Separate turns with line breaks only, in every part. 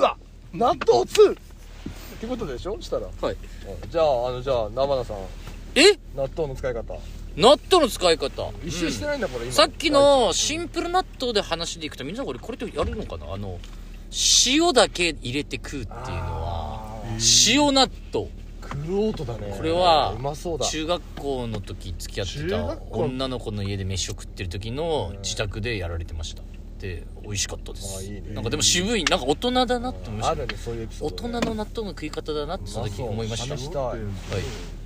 納豆2ってことでしょしたら、
はい
うんじゃああのじゃあ生田さん
え
納豆の使い方
納豆の使い方
一周してないんだこれ今
さっきのシンプル納豆で話でいくとみんなこれこれってやるのかなあの塩だけ入れて食うっていうのは
あー
塩納豆
クロートだね
これは
うまそうだ
中学校の時付き合って
中
た
学校
女の子の家で飯を食ってる時の自宅でやられてましたで美味しかったで
あ
す
ーいいね
なんかでも渋いなんか大人だなって思いま
あ
した
るねそういうエピソ
大
ード
人
ね、
の納豆の食い方だなってその時思いました
うまそうしたい
はい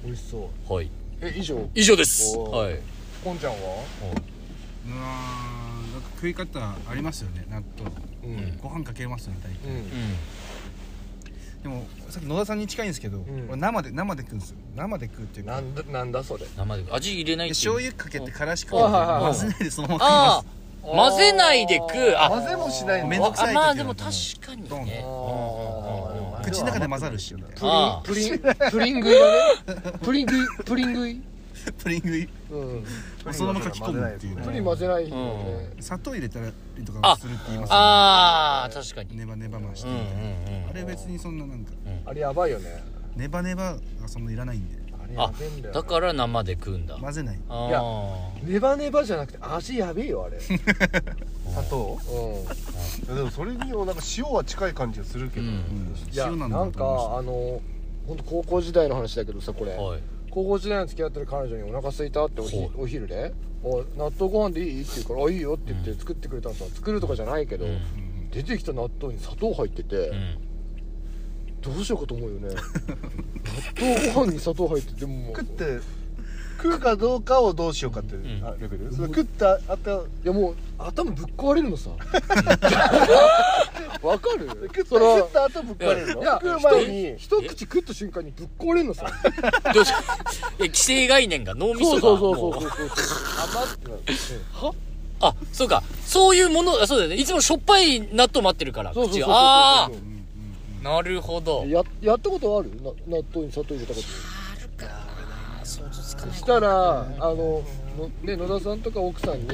美味しそう
はい
え以上
以上です
おー
はい
こんちゃんは
うーんなんか食い方ありますよね納豆
うん
ご飯かけますよね大体
うん
う
でもさっき野田さんに近いんですけど、
ん
俺生で生で食うんですよ生で食うっていうか
なんだなんだそれ
ん生で味入れない
で
っていう
醤油かけてからしか
あはいはいはい
混ぜないでそのまま食い
あ
ま
あ混ぜないで食うあ
混ぜもしないの
めんどくさい
あ
時
まあ
は
でも確かにね
あー
す口の中で混ざるしみたいな
プリ
あ
ン
ー
プリンプリン食いだねプリン食いプリン食い
プリン食い
うん
おそのままかき込むっていう
プ
ね
リン混ぜないよね
砂糖入れたりと
あ
かするって言いますよ
ああ確か
ね
に
ネバネバま
う
して
んうん
みたいな
うん
あれ別にそんななんか
あれやばいよね
ネバネバがそんないらないんで
あれや
あ
べえんだよ
だから生で食うんだ
混ぜない
あ
いや
あ
ネバネバじゃなくて味やべえよあれ う
砂糖
ん
いやでもそれにもなんか塩は近い感じがするけど、
うん
いや
塩
な
なんん
か
だ
あ
なと思いま
の本当高校時代の話だけどさこれ、
はい
高校時代の付き合ってる彼女にお腹空いたっておひ、
はい
お昼で「お納豆ご飯でいい?」って言うから「あいいよ」って言って作ってくれたんですよ作るとかじゃないけど、
うん
出てきた納豆に砂糖入ってて、
うん
どうしようかと思うよ ね納豆ご飯に砂糖入っててもう
食って食うかどうかをどうしようかっていう
うん
あレベル、それ食ったあった
いやもう頭ぶっ壊れるのさわかる
食った
その
食った後ぶっ壊れるの
いや
食う前に
一口食った瞬間にぶっ壊れるのさ
どうし え既成概念が脳みそ
そう
が
そうそうそう
も
そうそう甘ってなるは
あそうかそういうものあそうだよねいつもしょっぱい納豆待ってるから
そうそうそうそうそ
口
う
がああなるほど
ややったことあるな納豆に砂糖入れたこと
想像つかない
したらあのの、ね、野田さんとか奥さんに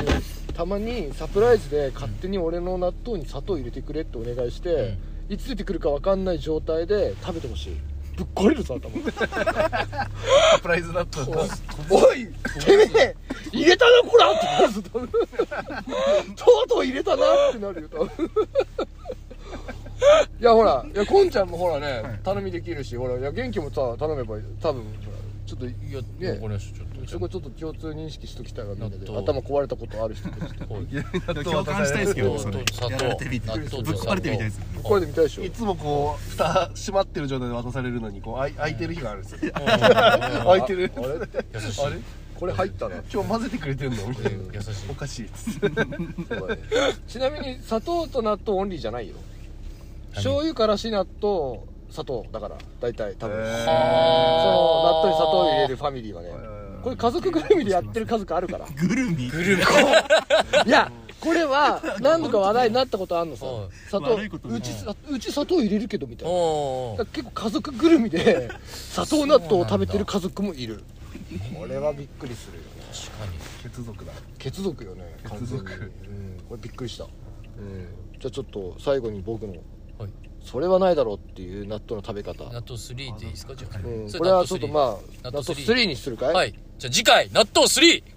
たまにサプライズで勝手に俺の納豆に砂糖入れてくれってお願いして、いつ出てくるか分かんない状態で食べてほしいぶっ壊れるぞ頭
サプライズだったんだ
おいてめえ入れたなこらってなるぞ多分とうとう入れたなってなるよ多分いやほらいやこんちゃんもほらね、頼みできるしほらいや元気もさ頼めば多分ほらちょっと
いや
ね
わかりましたちょっと
そこちょっと共通認識しときたいわみんなで
納豆
頭壊れたことある人たち ぶ
はい
でも共感したいですけどそれ
納豆砂糖
やられてみて
納
ぶっ
豆と
壊れてみたいですよ
っ壊れてみたいでしょ
いつもこう蓋閉まってる状態で渡されるのにこうあい開いてる日があるんですよ 開いてる
あれ
優しい
あれ
これ入ったな
今日混ぜてくれてんのみたいな
優しい
おかしい
そうだね ちなみに砂糖と納豆オンリーじゃないよ醤油からし納豆砂糖だから大体多分、
へ
その
ー
納豆に砂糖を入れ
る
るファミリーはね
ー
これ家族ぐるみでやってる家族あるから
グルミ
グルメ
いやこれは何度か話題になったことあんのさ
はい
砂糖
悪いことね
うちさうち砂糖入れるけどみたいな
お
だか
ー
ら結構家族ぐるみ で砂糖納豆を食べてる家族もいるこれはびっくりするよね
確かに
血族だ
血族よね完全に
血族
うん、これびっくりした、うん、じゃあちょっと最後に僕の
はい
それはないだろうっていう納豆の食べ方、
納豆3でいいですかじゃあ
うん、
それ
これはちょっとまあ
納
納
豆
豆
スリー
3にするかい、
はい。じゃあ次回、納豆 3!